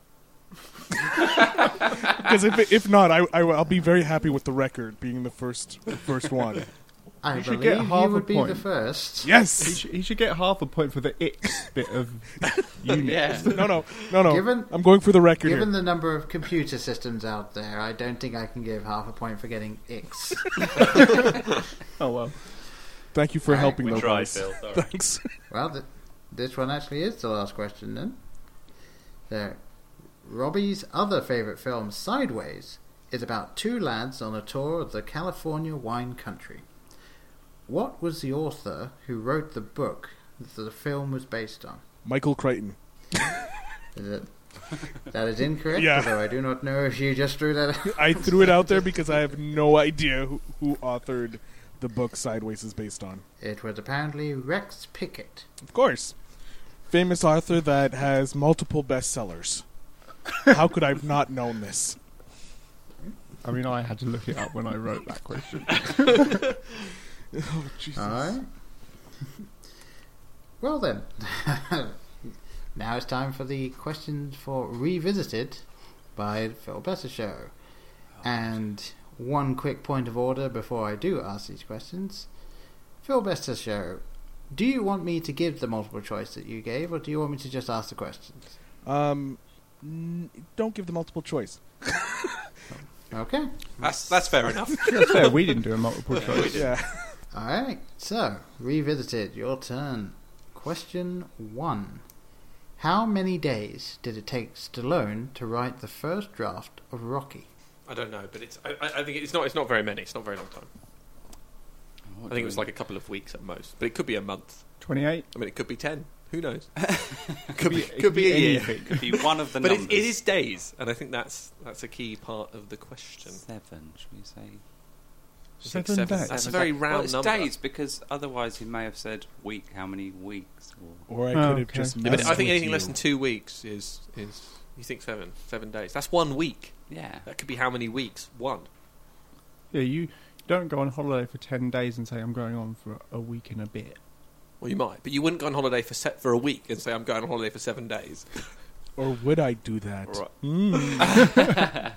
S2: Because if, if not, I, I will be very happy with the record being the first the first one.
S1: I
S5: You should
S1: believe
S5: get half
S1: you
S5: a
S1: would be the
S5: point.
S1: first.
S5: *laughs* He,
S2: Yes.
S5: sh- he should get half a point for the it bit
S2: *laughs*
S5: of unit.
S4: Yeah.
S2: No, no, no, no.
S1: Given-
S2: I'm going for the record here.
S1: Given the number of computer systems out there, I don't think I can give half a point for getting X.
S5: Oh well.
S2: Thank you for
S1: Alright,
S2: helping,
S3: we
S2: though.
S3: tried,
S2: guys. *laughs*
S3: Phil. Sorry.
S2: Thanks.
S1: well, th- this one actually is the last question then. So, Robbie's other favourite film, Sideways, is about two lads on a tour of the California wine country. What was the author who wrote the book that the film was based on?
S2: Michael Crichton.
S1: Is it? That is incorrect.
S2: Yeah.
S1: Although I do not know if you just threw that. out.
S2: I threw it out there because I have no idea who, who authored the book Sideways is based on.
S1: It was apparently Rex Pickett.
S2: Of course. Famous author that has multiple bestsellers. How could I have not known this?
S5: I mean, I had to look it up when I wrote that question.
S2: Oh, Jesus.
S1: Alright. *laughs* well then. *laughs* now it's time for the questions for Revisited by Phil Besser Show. and one quick point of order before I do ask these questions. Phil Besser Show, do you want me to give the multiple choice that you gave, or do you want me to just ask the questions?
S2: Um, n- don't give the multiple choice.
S1: Okay.
S7: That's, that's fair enough.
S5: That's fair. We didn't do a multiple *laughs* choice.
S2: Yeah.
S1: Alright, so, revisited, your turn. Question one How many days did it take Stallone to write the first draft of Rocky?
S4: I don't know, but it's. I, I- I think it's not. It's not very many. It's not a very long time. I think it was like a couple of weeks at most, but it could be a month.
S5: 28.
S4: I mean, it could be ten. Who knows?
S5: Could be,
S4: could be a year.
S5: anything.
S3: Could be one of the
S4: but
S3: numbers.
S4: it, it is days, and I think that's that's a key part of the question.
S3: seven. Should we say?
S5: Seven
S4: Six,
S5: days.
S4: That's a
S3: Seven
S4: very
S3: days.
S4: round
S3: well, it's
S4: number.
S3: days because otherwise he may have said week. How many weeks? Or
S2: Or I
S5: Oh,
S2: could have
S5: okay.
S2: just.
S5: Yeah,
S4: Yeah, but
S2: messed
S4: I think
S2: with
S4: anything less
S2: you.
S4: than two weeks is is. You think seven? Seven days. That's one week.
S3: yeah,
S4: That could be how many weeks? One.
S5: Yeah, you don't go on holiday for 10 days and say, I'm going on for a week and a bit.
S4: Well, you might, but you wouldn't go on holiday for set for a week and say I'm going on holiday for seven days.
S2: Or would I do that?
S3: Right.
S2: Mm.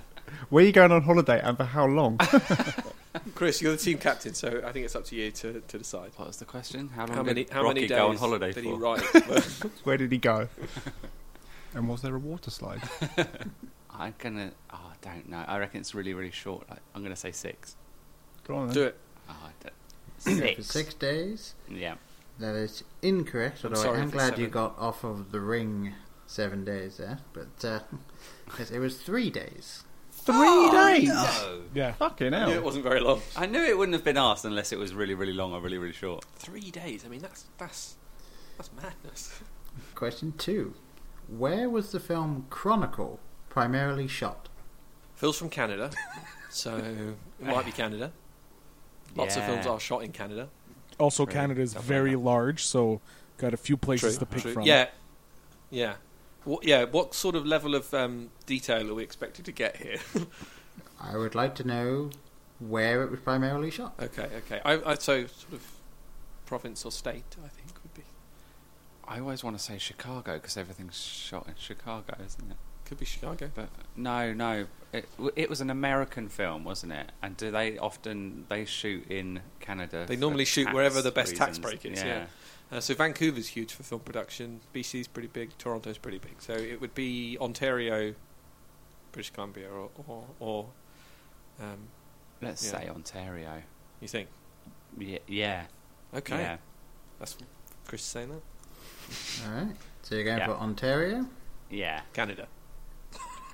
S5: Where are you going on holiday and for how long? *laughs*
S4: Chris, you're the team captain, so I think it's up to you to, to decide.
S3: What was the question? How long
S4: How many
S3: did
S4: how
S3: Rocky
S4: many days
S3: go on holiday
S4: did
S3: for?
S4: he write? *laughs*
S5: Where did he *laughs* go? and was there a water *laughs* slide?
S3: I'm gonna. Oh, I don't know. I reckon it's really, really short. Like, I'm gonna say six.
S5: Go on then.
S4: Do it.
S3: Oh, I
S4: *coughs*
S1: Go
S3: don't-
S1: for
S3: six.
S1: six days.
S3: Yeah.
S1: That is incorrect, although
S4: sorry
S1: I am
S4: if it's
S1: glad you
S4: seven.
S1: got off of the ring seven days there. But uh, *laughs* yes, it was three days.
S5: Three days!
S2: Yeah.
S5: Fucking
S4: I
S5: hell.
S4: knew it wasn't very long.
S3: I knew it wouldn't have been asked unless it was really, really long or really, really short.
S4: Three days. I mean, that's that's that's madness.
S1: Question two Where was the film Chronicle primarily shot?
S4: Phil's from *laughs* Canada, so it might be Canada. Lots of
S3: Yeah.
S4: films are shot in Canada.
S2: Also,
S3: Right.
S2: Canada is
S3: Stuff like
S2: very
S3: that.
S2: large, so got a few places
S4: True,
S2: to pick
S4: true.
S2: from.
S4: Yeah, yeah. What, yeah, what sort of level of um, detail are we expected to get here?
S1: I would like to know where it was primarily shot.
S4: okay, okay. I, I, so, sort of province or state, I think, would be
S3: I always want to say Chicago because everything's shot in Chicago, isn't it?
S4: could be Chicago.
S3: But no, no, it, w- it was an American film, wasn't it? And do they often they shoot in Canada?
S4: They
S3: for
S4: normally shoot
S3: tax
S4: wherever the best tax
S3: reasons?
S4: break is, yeah. Uh, so Vancouver's huge for film production. BC's pretty big. Toronto's pretty big. So it would be Ontario, British Columbia, or or, or um,
S3: Let's
S4: Yeah.
S3: say Ontario.
S4: you think?
S3: Yeah, yeah,
S4: Okay,
S3: yeah.
S4: that's Chris is saying that.
S1: Alright, so you're going
S3: Yeah.
S1: for Ontario?
S3: yeah.
S4: Canada.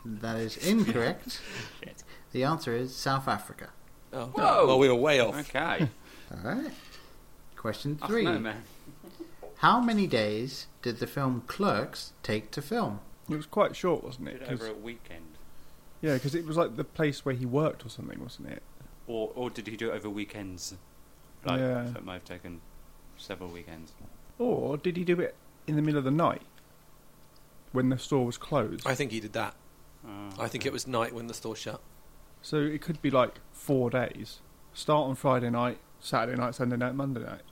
S1: That is incorrect.
S3: Shit.
S1: the answer is South Africa.
S4: Oh,
S3: Whoa!
S4: well, we were way off.
S3: *laughs* Okay.
S1: Alright. Question
S3: I
S1: three.
S3: dunno, man.
S1: How many days did the film Clerks take to film?
S5: It was quite short, wasn't
S3: Did
S5: it?
S3: it
S5: 'Cause-
S3: over a weekend,
S5: yeah, because it was like the place where he worked or something, wasn't it?
S3: or or did he do it over weekends? Like,
S5: Yeah.
S3: so it might have taken several weekends.
S5: Or did he do it in the middle of the night when the store was closed?
S4: I think he did that.
S3: Oh,
S4: I think
S3: okay.
S4: it was night when the store shut.
S5: So it could be like four days. Start on Friday night, Saturday night, Sunday night, Monday night.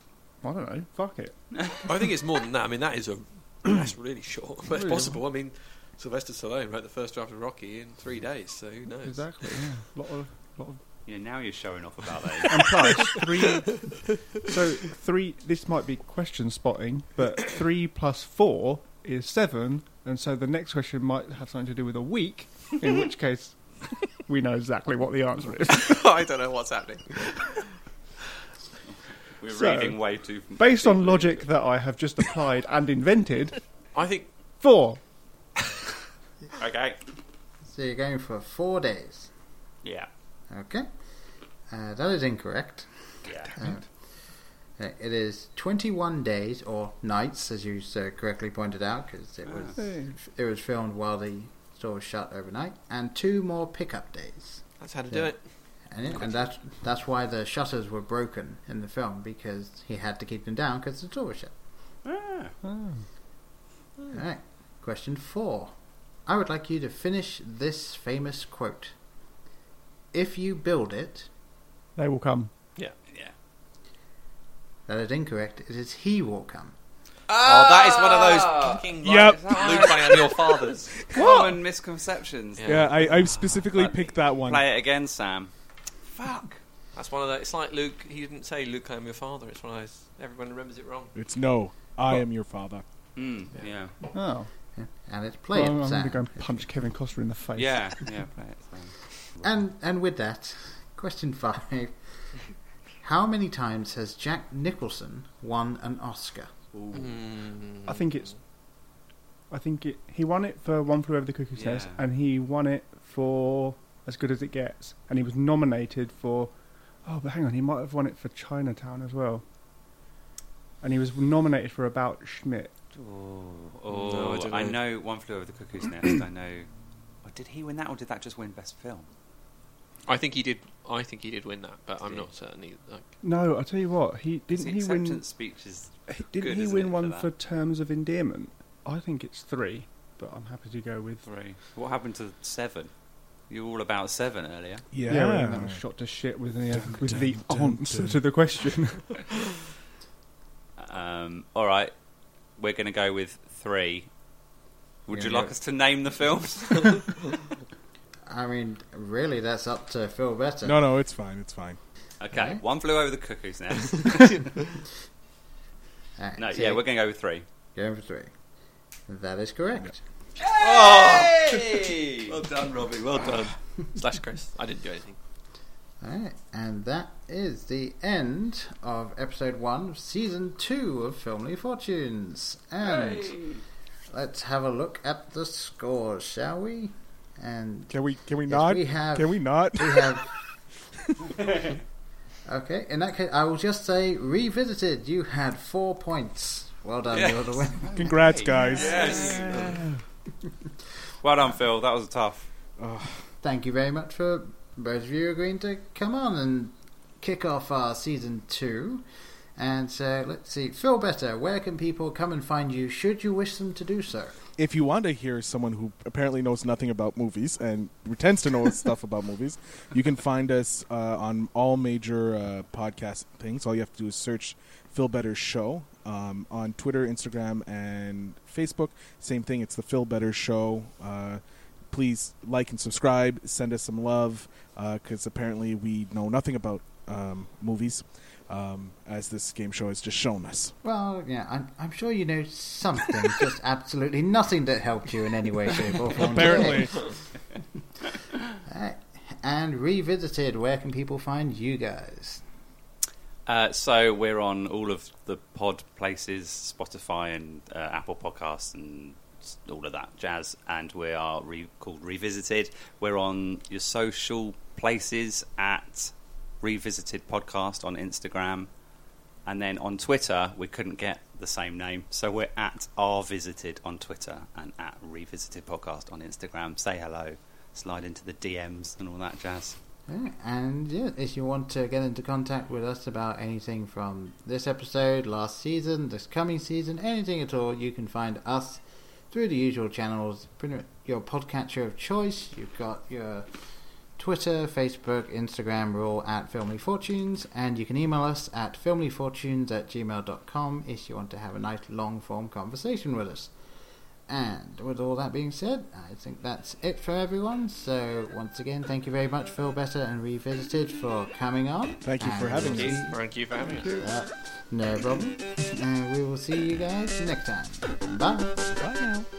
S5: I don't know. Fuck it.
S4: I think it's more than that. I mean, that is a *clears throat* that's really short. That's
S5: Really?
S4: possible. I mean, Sylvester Stallone wrote the first draft of Rocky in three days. So who knows?
S5: Exactly. Yeah. lot of, lot of.
S3: Yeah, now you're showing off about that.
S5: And plus three. *laughs* So three. This might be question spotting, but three plus four is seven, and so the next question might have something to do with a week. In which case, we know exactly what the answer is.
S4: *laughs*
S5: *laughs*
S4: I don't know what's happening.
S3: We're
S5: So,
S3: reading way too.
S5: Based on logic that I have just applied and invented,
S4: I think
S5: four.
S3: Okay.
S1: So you're going for four days.
S3: Yeah.
S1: Okay. Uh, that is incorrect.
S3: Yeah.
S1: Uh, It is 21 days or nights, as you so correctly pointed out, because it was
S5: Hey.
S1: it was filmed while the store was shut overnight, and two more pickup days.
S4: that's how to
S1: Yeah.
S4: do it.
S1: And, it, and that's that's why the shutters were broken in the film because he had to keep them down because the store was shut.
S3: Ah.
S5: Oh. Hmm.
S1: All right. Question four. I would like you to finish this famous quote. If you build it,
S5: They will come.
S3: Yeah.
S1: that is incorrect. It is he will come.
S3: Oh, that is one of those fucking
S2: Yep.
S3: like, Luke, I am your *laughs* father's common misconceptions.
S2: Yeah, I, I specifically
S3: Like,
S2: picked that one.
S3: Play it again, Sam.
S4: Fuck. That's one of those. It's like Luke. He didn't say, "Luke, I am your father." It's one of those. Everyone remembers it wrong.
S2: It's no. I am your father.
S3: Mm, yeah.
S5: Oh.
S1: And it's play
S5: Well,
S1: it,
S5: I'm going to
S1: Sam.
S5: go and punch Kevin Costner in the face.
S3: Yeah. Yeah. Play it, Sam.
S1: And and with that, *laughs* question five. How many times has Jack Nicholson won an Oscar?
S5: I think it's. I think it, he won it for One Flew Over the Cuckoo's Nest,
S3: Yeah.
S5: and he won it for as good as it gets, and he was nominated for. Oh, but hang on, he might have won it for Chinatown as well. And he was nominated for About Schmidt.
S3: Oh,
S7: No, I
S3: oh
S7: don't
S3: I,
S7: know.
S3: know One Flew Over the Cuckoo's Nest. I know. Oh, did he win that, or did that just win Best Film?
S7: I think he did. I think he did win that, but I'm
S3: Did he?
S7: not certain. He, like,
S5: No, I tell you what, he
S3: His
S5: didn't he
S3: acceptance
S5: win?
S3: speech is
S5: Didn't
S3: good,
S5: he
S3: isn't it,
S5: win
S3: for
S5: one
S3: that?
S5: for Terms of Endearment? I think it's three, but I'm happy to go with.
S3: three. What happened to seven? You were all about seven earlier.
S2: Yeah.
S5: well, that was shot to shit with the uh,
S2: Dun,
S5: with
S2: dun,
S5: the
S2: dun,
S5: answer
S2: dun.
S5: to the question. *laughs*
S3: Um, all right, we're going to go with three. Would
S1: Yeah,
S3: you
S1: yeah.
S3: like us to name the
S5: *laughs*
S3: films?
S1: I mean, really, that's up to Phil Better.
S2: No, no, it's fine. It's fine.
S3: okay,
S1: Okay.
S3: one flew over the cuckoo's nest.
S1: Uh,
S3: No,
S1: so
S3: yeah, we're going to go with three.
S1: going for three. That is correct.
S3: well done, Robbie. Well done.
S7: slash Chris. I didn't do anything.
S1: Alright, and that is the end of episode one of season two of Filmly Fortunes. And let's have a look at the scores, shall we? And
S2: Can we? Can we
S1: Yes,
S2: not?
S1: we have-
S2: Can we not?
S1: *laughs* we have.
S2: *laughs*
S1: *laughs* okay, in that case, I will just say revisited. You had four points. Well done, you're the winner.
S2: Congrats, guys.
S3: Yes. well done, Phil. That was tough.
S1: Thank you very much for both of you agreeing to come on and kick off our season two. And so let's see, Phil Better, where can people come and find you should you wish them to do so?
S2: if you want to hear someone who apparently knows nothing about movies and pretends to know stuff about movies, you can find us uh, on all major uh, podcast things. All you have to do is search Phil Better Show um, on Twitter, Instagram, and Facebook. Same thing. It's the Phil Better Show. Uh, please like and subscribe. Send us some love because apparently we know nothing about um, movies, um, as this game show has just shown us.
S1: Well, yeah, I'm, I'm sure you know something, just absolutely nothing that helped you in any way, shape, or form. *laughs*
S2: Apparently.
S1: Alright, And Revisited, where can people find you guys?
S3: Uh, so we're on all of the pod places, Spotify and uh, Apple Podcasts and s- all of that jazz, and we are re- called Revisited. We're on your social places at Revisited Podcast on Instagram, and then on Twitter we couldn't get the same name, so we're at R Visited on Twitter and at Revisited Podcast on Instagram. Say hello, slide into the DMs and all that jazz.
S1: Yeah, And yeah, if you want to get into contact with us about anything from this episode, last season, this coming season, anything at all, you can find us through the usual channels. Pretty much your podcatcher of choice. You've got your Twitter, Facebook, Instagram, we're all at Filmly Fortunes, and you can email us at filmlyfortunes at gmail.com if you want to have a nice long form conversation with us. And with all that being said, I think that's it for everyone. So once again, thank you very much, Phil Better and Revisited, for coming on.
S2: Thank you for
S1: And
S2: having
S1: we'll
S2: us.
S1: see-
S7: Thank you for having us.
S1: uh, no problem. And we will see you guys next time. Bye.
S2: Bye now.